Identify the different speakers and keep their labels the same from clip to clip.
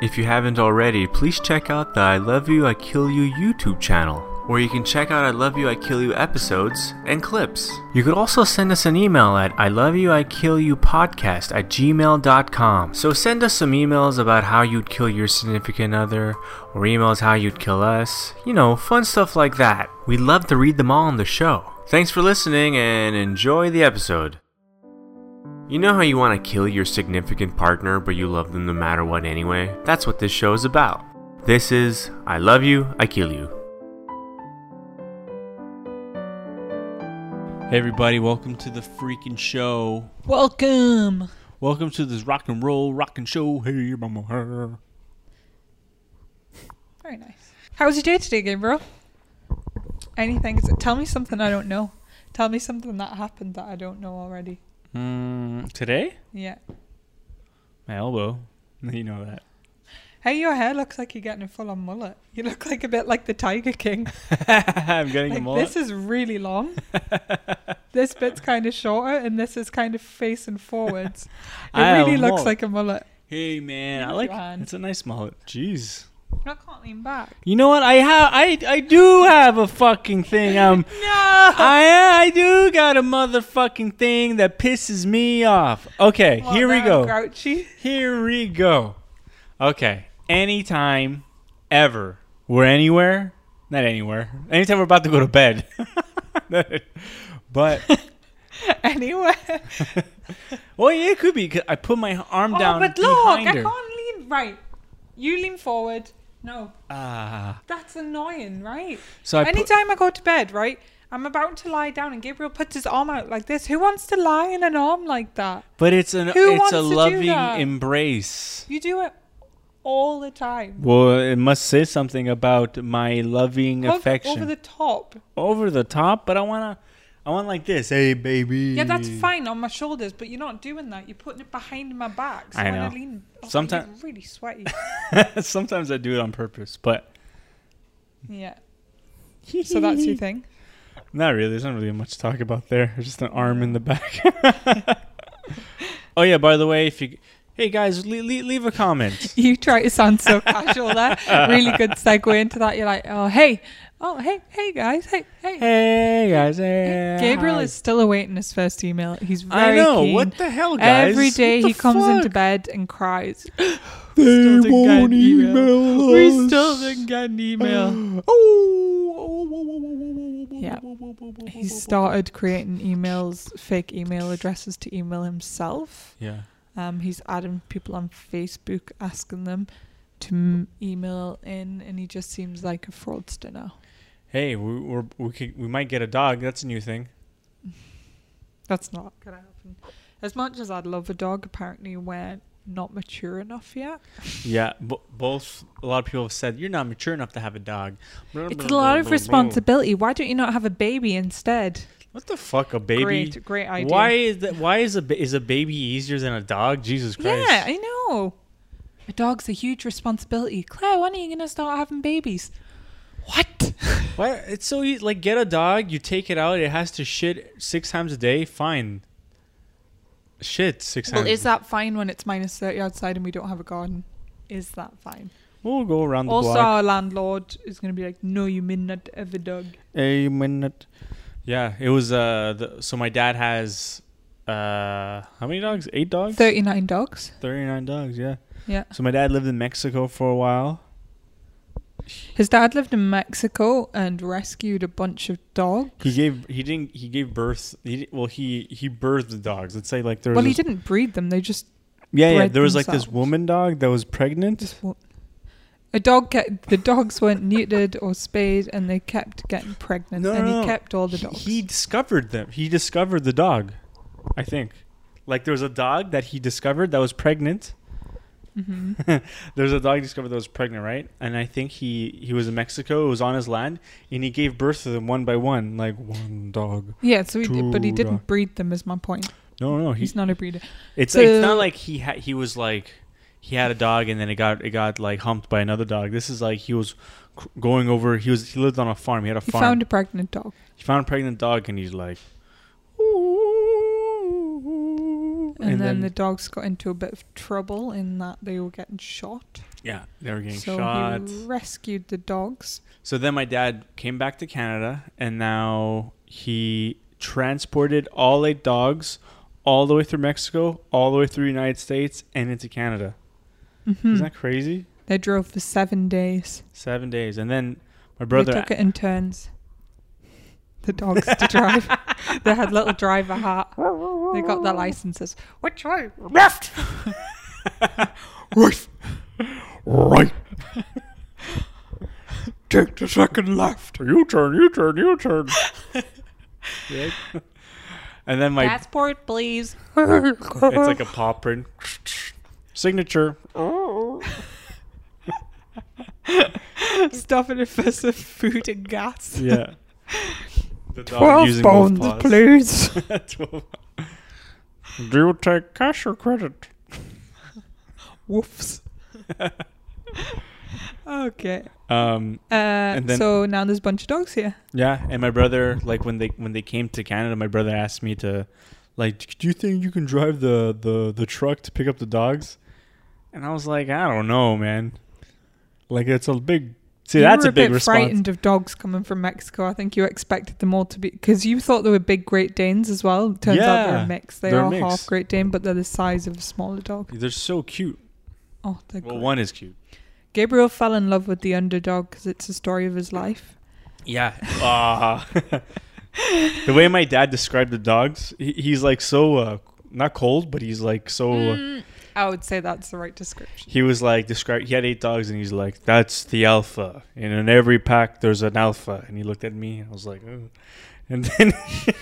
Speaker 1: If you haven't already, please check out the I Love You, I Kill You YouTube channel, where you can check out I Love You, I Kill You episodes and clips. You could also send us an email at I Love You, I Kill You podcast at gmail.com. So send us some emails about how you'd kill your significant other, or emails how you'd kill us. You know, fun stuff like that. we love to read them all on the show. Thanks for listening and enjoy the episode. You know how you want to kill your significant partner, but you love them no matter what anyway? That's what this show is about. This is I Love You, I Kill You.
Speaker 2: Hey everybody, welcome to the freaking show.
Speaker 3: Welcome.
Speaker 2: Welcome to this rock and roll rock and show. Hey mama. her.
Speaker 3: Very nice. How was your day today, Gabriel? Anything? Is it, tell me something I don't know. Tell me something that happened that I don't know already.
Speaker 2: Mm, today?
Speaker 3: Yeah.
Speaker 2: My elbow. You know that.
Speaker 3: Hey, your hair looks like you're getting a full-on mullet. You look like a bit like the Tiger King.
Speaker 2: I'm getting
Speaker 3: Like,
Speaker 2: them all.
Speaker 3: this is really long. this bit's kind of shorter, and this is kind of facing forwards. It
Speaker 2: I have
Speaker 3: really
Speaker 2: a
Speaker 3: looks
Speaker 2: mullet.
Speaker 3: like a mullet.
Speaker 2: hey man, I
Speaker 3: Use
Speaker 2: like
Speaker 3: your hand.
Speaker 2: it's a nice mullet. Jeez.
Speaker 3: I can't lean back.
Speaker 2: You know what? I have I I do have a fucking thing. Um
Speaker 3: No.
Speaker 2: I I do got a motherfucking thing that pisses me off. Okay,
Speaker 3: Well,
Speaker 2: here we
Speaker 3: now I'm
Speaker 2: go.
Speaker 3: Grouchy.
Speaker 2: Here we go. Okay. Anytime, ever, we're anywhere, not anywhere. Anytime we're about to go to bed. but,
Speaker 3: Anyway.
Speaker 2: well, yeah, it could be. 'cause I put my arm
Speaker 3: Oh,
Speaker 2: down
Speaker 3: but look,
Speaker 2: behind
Speaker 3: I
Speaker 2: her.
Speaker 3: can't lean right. You lean forward. No,
Speaker 2: Ah.
Speaker 3: That's annoying, right?
Speaker 2: So I put-
Speaker 3: Anytime I go to bed, right, I'm about to lie down and Gabriel puts his arm out like this. Who wants to lie in an arm like that?
Speaker 2: but it's an
Speaker 3: Who
Speaker 2: it's
Speaker 3: wants
Speaker 2: a
Speaker 3: to do
Speaker 2: loving
Speaker 3: that?
Speaker 2: embrace.
Speaker 3: You do it all the time.
Speaker 2: Well, it must say something about my loving
Speaker 3: Over-
Speaker 2: affection.
Speaker 3: Over the top.
Speaker 2: Over the top, but I wanna I want like this. Hey baby.
Speaker 3: Yeah, that's fine on my shoulders, but you're not doing that. You're putting it behind my back. So
Speaker 2: I
Speaker 3: when I
Speaker 2: know.
Speaker 3: lean, oh,
Speaker 2: Sometime-
Speaker 3: it's really sweaty.
Speaker 2: Sometimes I do it on purpose, but
Speaker 3: yeah. So that's your thing.
Speaker 2: Not really. There's not really much to talk about there. There's just an arm in the back. oh yeah. By the way, if you, hey guys, le- le- leave a comment.
Speaker 3: You try to sound so casual there. Really good segue into that. You're like, oh hey, oh hey, hey guys, hey, hey.
Speaker 2: Hey guys. Hey,
Speaker 3: Gabriel
Speaker 2: hi.
Speaker 3: is still awaiting his first email. He's
Speaker 2: I
Speaker 3: very
Speaker 2: know.
Speaker 3: keen.
Speaker 2: What the hell, guys?
Speaker 3: Every
Speaker 2: What
Speaker 3: day
Speaker 2: the
Speaker 3: he comes into
Speaker 2: fuck?
Speaker 3: bed and cries.
Speaker 2: They
Speaker 3: Still didn't get
Speaker 2: won't
Speaker 3: an email.
Speaker 2: email
Speaker 3: We
Speaker 2: us.
Speaker 3: still didn't get an email.
Speaker 2: Oh, oh.
Speaker 3: Yeah. He started creating emails, fake email addresses to email himself.
Speaker 2: Yeah.
Speaker 3: Um, he's adding people on Facebook, asking them to m- email in, and he just seems like a fraudster now.
Speaker 2: Hey, we we're, we could, we might get a dog. That's a new thing.
Speaker 3: That's not gonna happen. As much as I'd love a dog, apparently we're not mature enough yet.
Speaker 2: Yeah. Bo- both a lot of people have said you're not mature enough to have a dog.
Speaker 3: It's a lot of responsibility. Why don't you not have a baby instead?
Speaker 2: What the fuck, a baby?
Speaker 3: Great, great idea.
Speaker 2: Why is that? Why is a ba- is a baby easier than a dog? Jesus Christ!
Speaker 3: Yeah, I know. A dog's a huge responsibility. Claire, when are you going to start having babies? What?
Speaker 2: Why it's so easy? Like get a dog, you take it out, it has to shit six times a day. Fine. Shit six
Speaker 3: well,
Speaker 2: times.
Speaker 3: is that fine when it's minus 30 outside and we don't have a garden? Is that fine?
Speaker 2: We'll go around the
Speaker 3: Also,
Speaker 2: block.
Speaker 3: our landlord is going to be like, no, you may not have a dog.
Speaker 2: A minute. Yeah, it was uh. The, so my dad has uh how many dogs? Eight dogs.
Speaker 3: 39 dogs?
Speaker 2: Thirty nine dogs. Yeah.
Speaker 3: Yeah.
Speaker 2: So my dad lived in Mexico for a while.
Speaker 3: His dad lived in Mexico and rescued a bunch of dogs.
Speaker 2: He gave he didn't he gave birth he di- well he he birthed the dogs. Let's say like there was
Speaker 3: Well, he
Speaker 2: this-
Speaker 3: didn't breed them. They just
Speaker 2: Yeah, yeah.
Speaker 3: bred
Speaker 2: There was like this
Speaker 3: themselves.
Speaker 2: woman dog that was pregnant.
Speaker 3: just wa- a dog kept the dogs weren't neutered or spayed and they kept getting pregnant
Speaker 2: No, no,
Speaker 3: and he
Speaker 2: no.
Speaker 3: kept all the
Speaker 2: He-
Speaker 3: dogs
Speaker 2: He, discovered them. He discovered the dog, I think. Like there was a dog that he discovered that was pregnant.
Speaker 3: hmm
Speaker 2: There was a dog he discovered that was pregnant, right? And I think he he was in Mexico. It was on his land, and he gave birth to them one by one, like one dog.
Speaker 3: yeah so he did, but he
Speaker 2: Two
Speaker 3: didn't
Speaker 2: dog-
Speaker 3: breed them is my point
Speaker 2: No, no, uh, he,
Speaker 3: he's not a breeder
Speaker 2: it's
Speaker 3: So-
Speaker 2: it's not like he ha- he was like he had a dog and then it got it got like humped by another dog. This is like he was cr- going over. He was he lived on a farm. He had a
Speaker 3: he
Speaker 2: farm.
Speaker 3: found a pregnant dog
Speaker 2: He found a pregnant dog and he's like,
Speaker 3: and, then, the dogs got into a bit of trouble in that they were getting shot
Speaker 2: Yeah, they were getting
Speaker 3: so
Speaker 2: shot.
Speaker 3: he rescued the dogs.
Speaker 2: So then my dad came back to Canada and now he transported all eight dogs all the way through Mexico, all the way through the United States and into Canada.
Speaker 3: hmm
Speaker 2: Isn't that crazy?
Speaker 3: They drove for seven days.
Speaker 2: 7 days. And then my
Speaker 3: they
Speaker 2: brother
Speaker 3: took it in turns. The dogs to drive. they had little driver hat. They got their licenses. Which way? Left.
Speaker 2: right. Right. Take the second left. You turn, you turn, you turn. Yeah. And then my
Speaker 3: Passport, please.
Speaker 2: it's like a paw print signature.
Speaker 3: Stuffing it for some food and gas.
Speaker 2: Yeah. The dog
Speaker 3: Twelve
Speaker 2: using both
Speaker 3: bones,
Speaker 2: paws.
Speaker 3: please.
Speaker 2: Twelve. Do you take cash or credit?
Speaker 3: Woofs. okay.
Speaker 2: Um.
Speaker 3: Uh,
Speaker 2: then-
Speaker 3: so now there's a bunch of dogs here.
Speaker 2: Yeah. And my brother, like when they when they came to Canada, my brother asked me to, like, do you think you can drive the the the truck to pick up the dogs? And I was like, I don't know, man. Like it's a big. See,
Speaker 3: you
Speaker 2: that's
Speaker 3: were
Speaker 2: a big
Speaker 3: bit
Speaker 2: response.
Speaker 3: frightened of dogs coming from Mexico. I think you expected them all to be because you thought they were big Great Danes as well. Turns out they're
Speaker 2: Yeah,
Speaker 3: a mix. They
Speaker 2: they're a
Speaker 3: are
Speaker 2: mix.
Speaker 3: half Great Dane, but they're the size of a smaller dog.
Speaker 2: They're so cute.
Speaker 3: Oh, they're
Speaker 2: Well,
Speaker 3: great.
Speaker 2: one is cute.
Speaker 3: Gabriel fell in love with the underdog because it's the story of his life.
Speaker 2: Yeah. Ah. the way my dad described the dogs, he, he's like so uh, not cold, but he's like so. uh,
Speaker 3: Mm, I would say that's the right description.
Speaker 2: He was like described. He had eight dogs, and he's like, "That's the alpha." And in every pack, there's an alpha. And he looked at me. and I was like, Ugh. and then,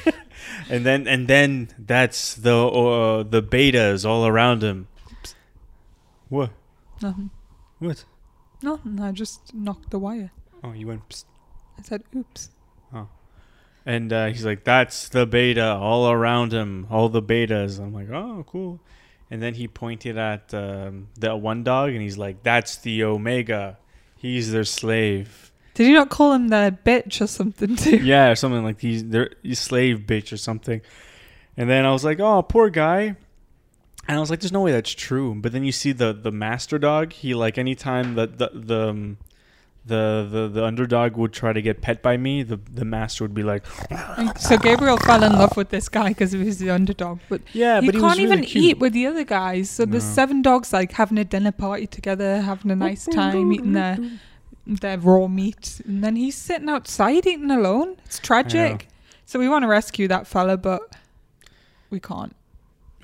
Speaker 2: and then, and then that's the uh, the betas all around him. What?
Speaker 3: Nothing.
Speaker 2: What?
Speaker 3: Nothing. I just knocked the wire.
Speaker 2: Oh, you went. Psst.
Speaker 3: I said, oops.
Speaker 2: And uh, he's like, "That's the beta all around him, all the betas." I'm like, "Oh, cool." And then he pointed at um, that one dog, and he's like, "That's the omega. He's their slave."
Speaker 3: Did you not call him the bitch or something too?
Speaker 2: yeah, or something like he's their he's slave bitch or something. And then I was like, "Oh, poor guy." And I was like, "There's no way that's true." But then you see the the master dog. He like anytime that the the um, the, the the underdog would try to get pet by me, the the master would be like,
Speaker 3: And So Gabriel fell in love with this guy because he was the underdog, but
Speaker 2: "Yeah,
Speaker 3: you
Speaker 2: but he was
Speaker 3: can't
Speaker 2: really
Speaker 3: even
Speaker 2: cute."
Speaker 3: eat with the other guys. So there's
Speaker 2: No.
Speaker 3: seven dogs like having a dinner party together, having a nice time, eating their their raw meat, and then he's sitting outside eating alone. It's tragic. So we want to rescue that fella, but we can't.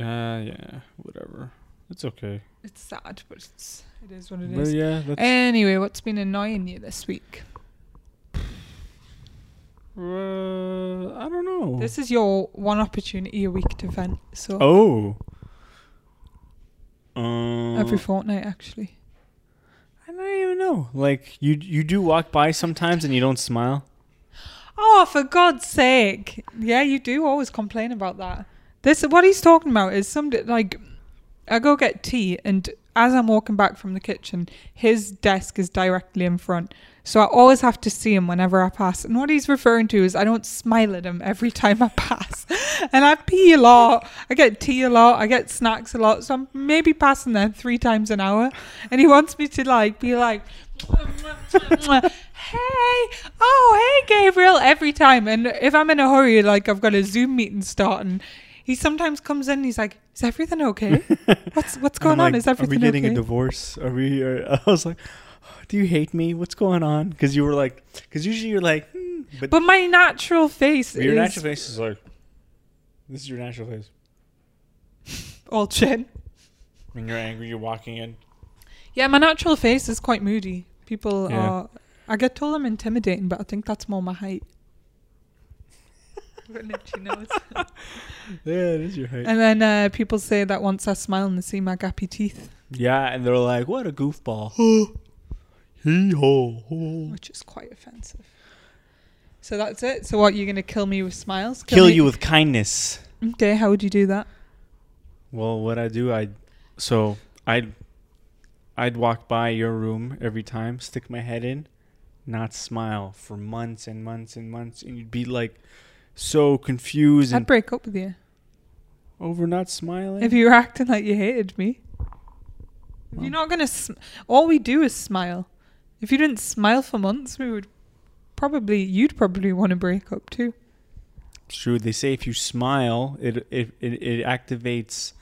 Speaker 2: Uh, yeah, whatever. It's okay.
Speaker 3: It's sad, but it's, it is what it
Speaker 2: But
Speaker 3: is.
Speaker 2: yeah, that's
Speaker 3: Anyway, what's been annoying you this week?
Speaker 2: uh, I don't know.
Speaker 3: This is your one opportunity a week to vent. So
Speaker 2: oh. Um,
Speaker 3: every fortnight, actually.
Speaker 2: I don't even know. Like you, you do walk by sometimes and you don't smile.
Speaker 3: Oh, for God's sake! Yeah, you do always complain about that. This what he's talking about is some like I go get tea, and as I'm walking back from the kitchen, his desk is directly in front, so I always have to see him whenever I pass. And what he's referring to is I don't smile at him every time I pass, and I pee a lot, I get tea a lot, I get snacks a lot, so I'm maybe passing there three times an hour, and he wants me to like be like. hey, oh, hey, Gabriel, every time. And if I'm in a hurry, like I've got a Zoom meeting starting, he sometimes comes in and he's like, Is everything okay? What's what's going on? Is everything
Speaker 2: Are we getting
Speaker 3: okay?
Speaker 2: a divorce? Are we? Are, I was like, "Oh, do you hate me? What's going on? Because you were like, because usually you're like, hmm, but,
Speaker 3: but my natural face
Speaker 2: your
Speaker 3: is
Speaker 2: natural face is like, this is your natural face.
Speaker 3: all chin.
Speaker 2: When you're angry, you're walking in.
Speaker 3: Yeah, my natural face is quite moody. People
Speaker 2: Yeah.
Speaker 3: are. I get told I'm intimidating, but I think that's more my height.
Speaker 2: Yeah, it is your height.
Speaker 3: and then uh, people say that once I smile and they see my gappy teeth,
Speaker 2: yeah, and they're like, what a goofball. Hee ho ho.
Speaker 3: which is quite offensive. So that's it. So what? You're gonna kill me with smiles?
Speaker 2: Kill
Speaker 3: me-
Speaker 2: you with kindness.
Speaker 3: Okay. How would you do that?
Speaker 2: Well, what I do, I so I'd I'd walk by your room every time, stick my head in, not smile for months and months and months, and you'd be like so confused
Speaker 3: I'd
Speaker 2: and
Speaker 3: break up with you
Speaker 2: over not smiling.
Speaker 3: if you were acting like you hated me. If you're not gonna, sm- all we do is smile. If you didn't smile for months, we would probably, you'd probably want to break up too.
Speaker 2: It's true. They say if you smile, it it it, it activates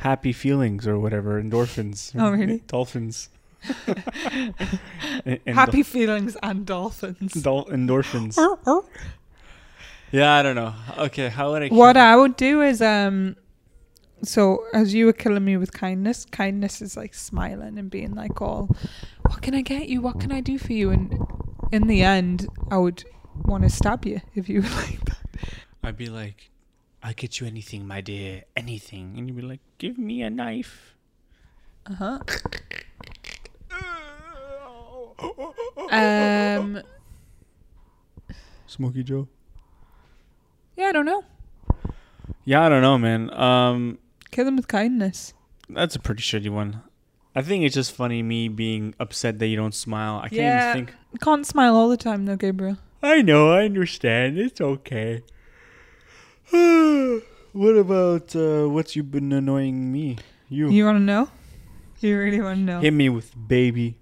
Speaker 2: happy feelings or whatever, endorphins.
Speaker 3: Oh, really?
Speaker 2: Dolphins. En- en-
Speaker 3: Happy feelings and dolphins.
Speaker 2: dol- endorphins.
Speaker 3: Arr, arr.
Speaker 2: yeah, I don't know. Okay, how would I?
Speaker 3: What I would do is, um, so as you were killing me with kindness, kindness is like smiling and being like, all, what can I get you? What can I do for you? And in the end, I would want to stab you if you were like that.
Speaker 2: I'd be like, I'll get you anything, my dear, anything. And you'd be like, give me a knife.
Speaker 3: Uh huh. Um,
Speaker 2: Smokey Joe.
Speaker 3: yeah, I don't know.
Speaker 2: Yeah, I don't know, man. Um,
Speaker 3: Kill them with kindness.
Speaker 2: that's a pretty shitty one. I think it's just funny me being upset that you don't smile. I can't
Speaker 3: Yeah.
Speaker 2: even think.
Speaker 3: Can't smile all the time though, Gabriel.
Speaker 2: I know, I understand. It's okay. what about uh, what's you been annoying me? You,
Speaker 3: You want to know? You really want to know?
Speaker 2: hit me with baby.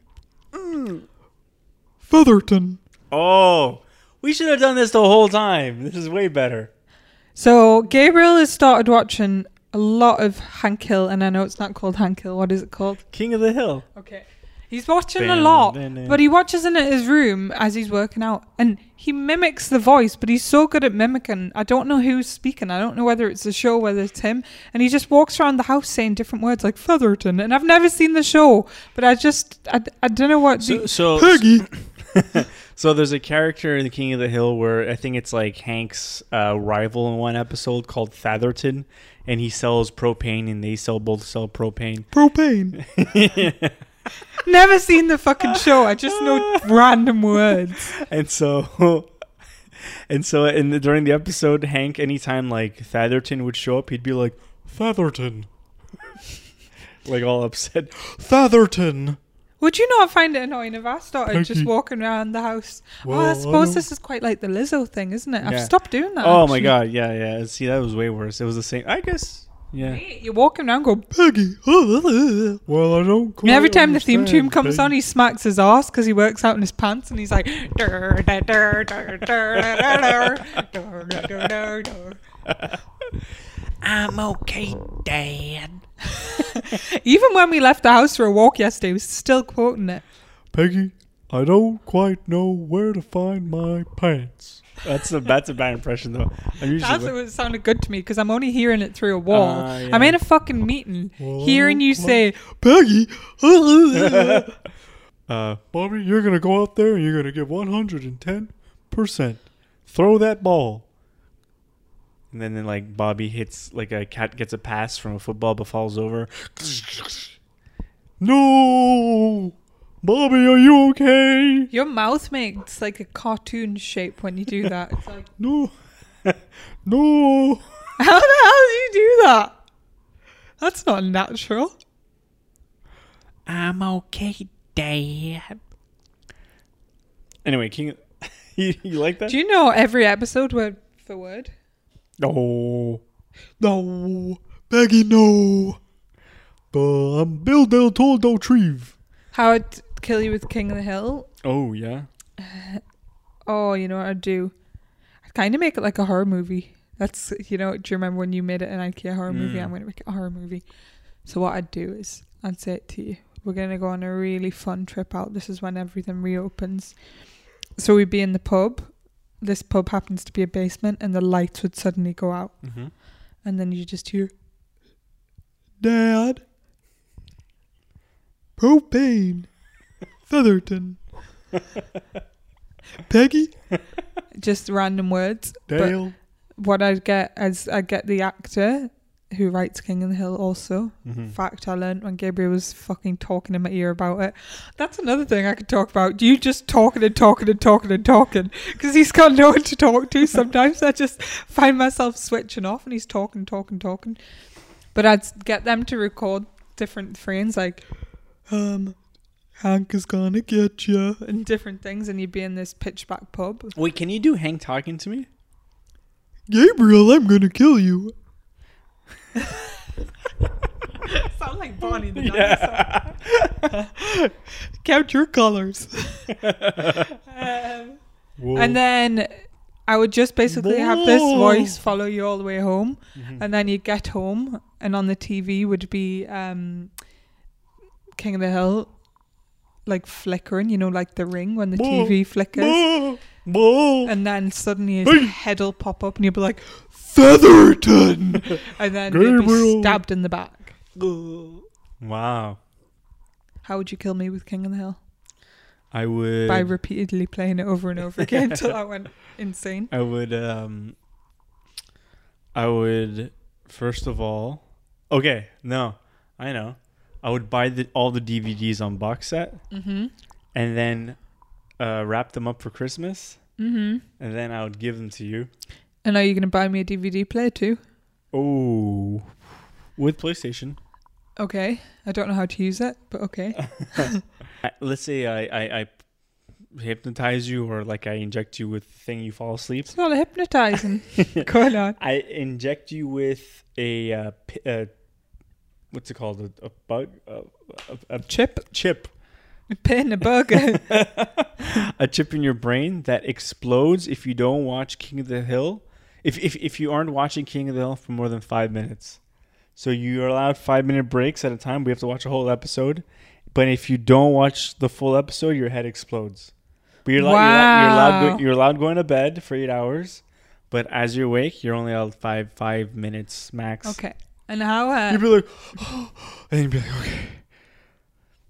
Speaker 3: Featherton.
Speaker 2: Oh, we should have done this the whole time. This is way better.
Speaker 3: So Gabriel has started watching a lot of Hank Hill, and I know it's not called Hank Hill. What is it called?
Speaker 2: King of the Hill.
Speaker 3: Okay. He's watching a lot,
Speaker 2: Dun-dun-dun.
Speaker 3: but he watches in at his room as he's working out, and he mimics the voice. But he's so good at mimicking. I don't know who's speaking. I don't know whether it's the show, whether it's him. And he just walks around the house saying different words like Featherton. And I've never seen the show, but I just I, I don't know what.
Speaker 2: So,
Speaker 3: the,
Speaker 2: so Peggy. so there's a character in the King of the Hill where I think it's like Hank's uh, rival in one episode called Fatherton, and he sells propane, and they sell both sell propane.
Speaker 3: propane. never seen the fucking show. I just know random words.
Speaker 2: and so and so in the, during the episode hank anytime like fatherton would show up he'd be like fatherton like all upset fatherton
Speaker 3: Would you not find it annoying if I started just walking around the house?
Speaker 2: Well,
Speaker 3: oh, I
Speaker 2: I
Speaker 3: suppose
Speaker 2: don't-
Speaker 3: this is quite like the Lizzo thing, isn't it? I've
Speaker 2: Yeah.
Speaker 3: stopped doing that.
Speaker 2: oh my
Speaker 3: actually.
Speaker 2: god yeah yeah see that was way worse it was the same i guess yeah
Speaker 3: Hey, You're walking around going, Peggy.
Speaker 2: well i don't
Speaker 3: And every time the theme tune comes on, he smacks his ass because he works out in his pants and he's like, "Dur, da, dur, dur, dur, da, da, dur, dur, da, dur, da, dur."
Speaker 2: i'm okay dad
Speaker 3: Even when we left the house for a walk yesterday, he was still quoting it.
Speaker 2: peggy i don't quite know where to find my pants that's a that's a bad impression though i'm usually
Speaker 3: That's what sounded good to me because I'm only hearing it through a wall.
Speaker 2: Ah,
Speaker 3: I'm
Speaker 2: yeah.
Speaker 3: in a fucking meeting,
Speaker 2: Well,
Speaker 3: hearing you
Speaker 2: come-
Speaker 3: say,
Speaker 2: Peggy. uh, Bobby, you're gonna go out there and you're gonna give 110 percent. Throw that ball. And then, then, like Bobby hits, like a cat gets a pass from a football but falls over. no, Bobby, are you okay?
Speaker 3: Your mouth makes like a cartoon shape when you do that. It's like,
Speaker 2: No, no.
Speaker 3: how the hell do you do that? That's not natural.
Speaker 2: I'm okay, Dad. Anyway, King, you, you like that?
Speaker 3: Do you know every episode word for word?
Speaker 2: No. No. Peggy, no. But I'm Bill Del Toro Del Treve.
Speaker 3: How I'd kill you with King of the Hill?
Speaker 2: Oh, yeah.
Speaker 3: Oh, you know what I'd do? I'd kind of make it like a horror movie. That's, you know, do you remember when you made it an IKEA horror movie?
Speaker 2: Mm.
Speaker 3: I'm going to make it a horror movie. So what I'd do is I'd say it to you. We're going to go on a really fun trip out. This is when everything reopens. So we'd be in the pub. This pub happens to be a basement and the lights would suddenly go out.
Speaker 2: Mm-hmm.
Speaker 3: And then you just hear,
Speaker 2: Dad. Propane. Featherton. Peggy.
Speaker 3: just random words. But-
Speaker 2: Dale.
Speaker 3: what I'd get is I'd get the actor who writes King of the Hill also. Fact I learned when Gabriel was fucking talking in my ear about it. That's another thing I could talk about. You just talking and talking and talking and talking because he's got no one to talk to. Sometimes I just find myself switching off and he's talking, talking, talking. But I'd s- get them to record different frames like, um, Hank is gonna get you and different things, and you'd be in this pitch black pub.
Speaker 2: Wait, can you do Hank talking to me?
Speaker 3: Gabriel, I'm gonna kill you. Sound like Barney the dinosaur.
Speaker 2: Yeah.
Speaker 3: Count your colors. um, and then I would just basically have this
Speaker 2: Moo.
Speaker 3: voice follow you all the way home,
Speaker 2: Mhm.
Speaker 3: and then you'd get home, and on the TV would be um, King of the Hill, like flickering, you know, like the ring when the
Speaker 2: Moo.
Speaker 3: TV flickers,
Speaker 2: Moo. Moo.
Speaker 3: and then suddenly his
Speaker 2: Hey.
Speaker 3: head'll pop up, and you'll be like,
Speaker 2: Featherton.
Speaker 3: and then you'd be
Speaker 2: Gabriel.
Speaker 3: stabbed in the back.
Speaker 2: wow.
Speaker 3: How would you kill me with King of the Hill?
Speaker 2: I would.
Speaker 3: By repeatedly playing it over and over again until I went insane.
Speaker 2: I would um I would first of all Okay, no. I know. I would buy the, all the DVDs on box set
Speaker 3: Mm-hmm.
Speaker 2: and then uh, wrap them up for Christmas
Speaker 3: Mm-hmm.
Speaker 2: and then I would give them to you.
Speaker 3: And are you going to buy me a DVD player too?
Speaker 2: Oh. With PlayStation.
Speaker 3: Okay. I don't know how to use it, but okay.
Speaker 2: I- Let's say I, I I hypnotize you or like I inject you with the thing you fall asleep.
Speaker 3: It's not hypnotizing going on.
Speaker 2: I inject you with a uh, p- uh, what's it called? A, a bug? A, a, a
Speaker 3: Chip,
Speaker 2: chip.
Speaker 3: a pin, a burger.
Speaker 2: a chip in your brain that explodes if you don't watch King of the Hill. If, if, if you aren't watching King of the Hill for more than five minutes. So you're allowed five minute breaks at a time. We have to watch a whole episode. But if you don't watch the full episode, your head explodes. But you're, allo- you're, allo- you're, allowed,
Speaker 3: Wow.
Speaker 2: go- you're allowed going to bed for eight hours. But as you're awake, you're only allowed five five minutes max.
Speaker 3: okay. And how?
Speaker 2: You'd
Speaker 3: Uh,
Speaker 2: be like, and you'd be like, okay.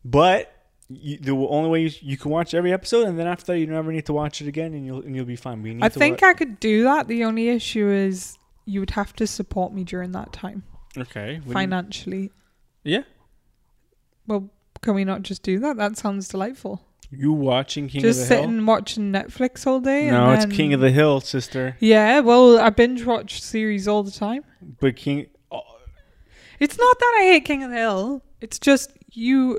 Speaker 2: But you, the only way you, you can watch every episode, and then after that, you never need to watch it again, and you'll and you'll be fine. We need.
Speaker 3: I
Speaker 2: to
Speaker 3: think
Speaker 2: Wa-
Speaker 3: I could do that. The only issue is you would have to support me during that time
Speaker 2: okay. what do you-
Speaker 3: financially.
Speaker 2: Yeah.
Speaker 3: Well, can we not just do that? That sounds delightful.
Speaker 2: You watching King
Speaker 3: just
Speaker 2: of the
Speaker 3: sitting
Speaker 2: Hill?
Speaker 3: watching Netflix all day. and
Speaker 2: No, it's
Speaker 3: then-
Speaker 2: King of the Hill, sister.
Speaker 3: Yeah, well, I binge watch series all the time.
Speaker 2: But King. oh,
Speaker 3: It's not that I hate King of the Hill. It's just you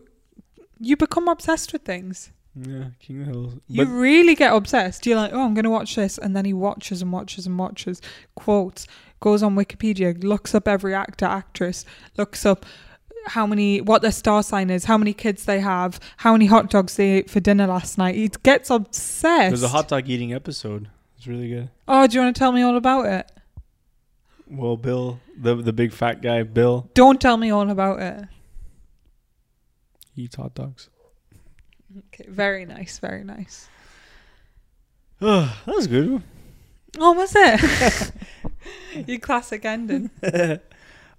Speaker 3: you become obsessed with things.
Speaker 2: yeah, King of the Hill.
Speaker 3: You
Speaker 2: But
Speaker 3: really get obsessed. You're like, oh, I'm going to watch this. And then he watches and watches and watches, quotes, goes on Wikipedia, looks up every actor, actress, looks up how many, what their star sign is, how many kids they have, how many hot dogs they ate for dinner last night. He gets obsessed.
Speaker 2: there's a hot dog eating episode. It's really good.
Speaker 3: oh, do you want to tell me all about it?
Speaker 2: Well, Bill, the the big fat guy, Bill,
Speaker 3: Don't tell me all about it.
Speaker 2: he eats hot dogs.
Speaker 3: Okay, very nice, very nice.
Speaker 2: that was a good. one.
Speaker 3: Oh, was it? Your classic ending.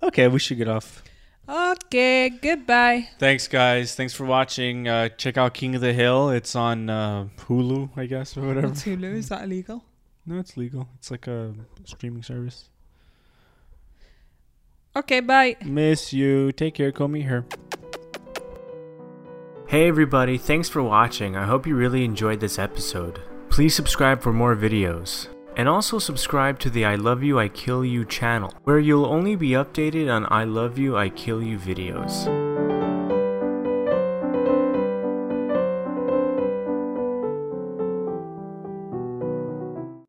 Speaker 2: Okay, we should get off
Speaker 3: Okay, goodbye.
Speaker 2: Thanks, guys. Thanks for watching. Uh, check out King of the Hill. It's on uh, Hulu, I guess, or whatever.
Speaker 3: What's Hulu? Is that illegal?
Speaker 2: No, it's legal. It's like a streaming service.
Speaker 3: Okay, bye.
Speaker 2: Miss you. Take care. Comb your hair.
Speaker 1: Hey everybody, thanks for watching. I hope you really enjoyed this episode. Please subscribe for more videos. And also subscribe to the I Love You, I Kill You channel, where you'll only be updated on I Love You, I Kill You videos.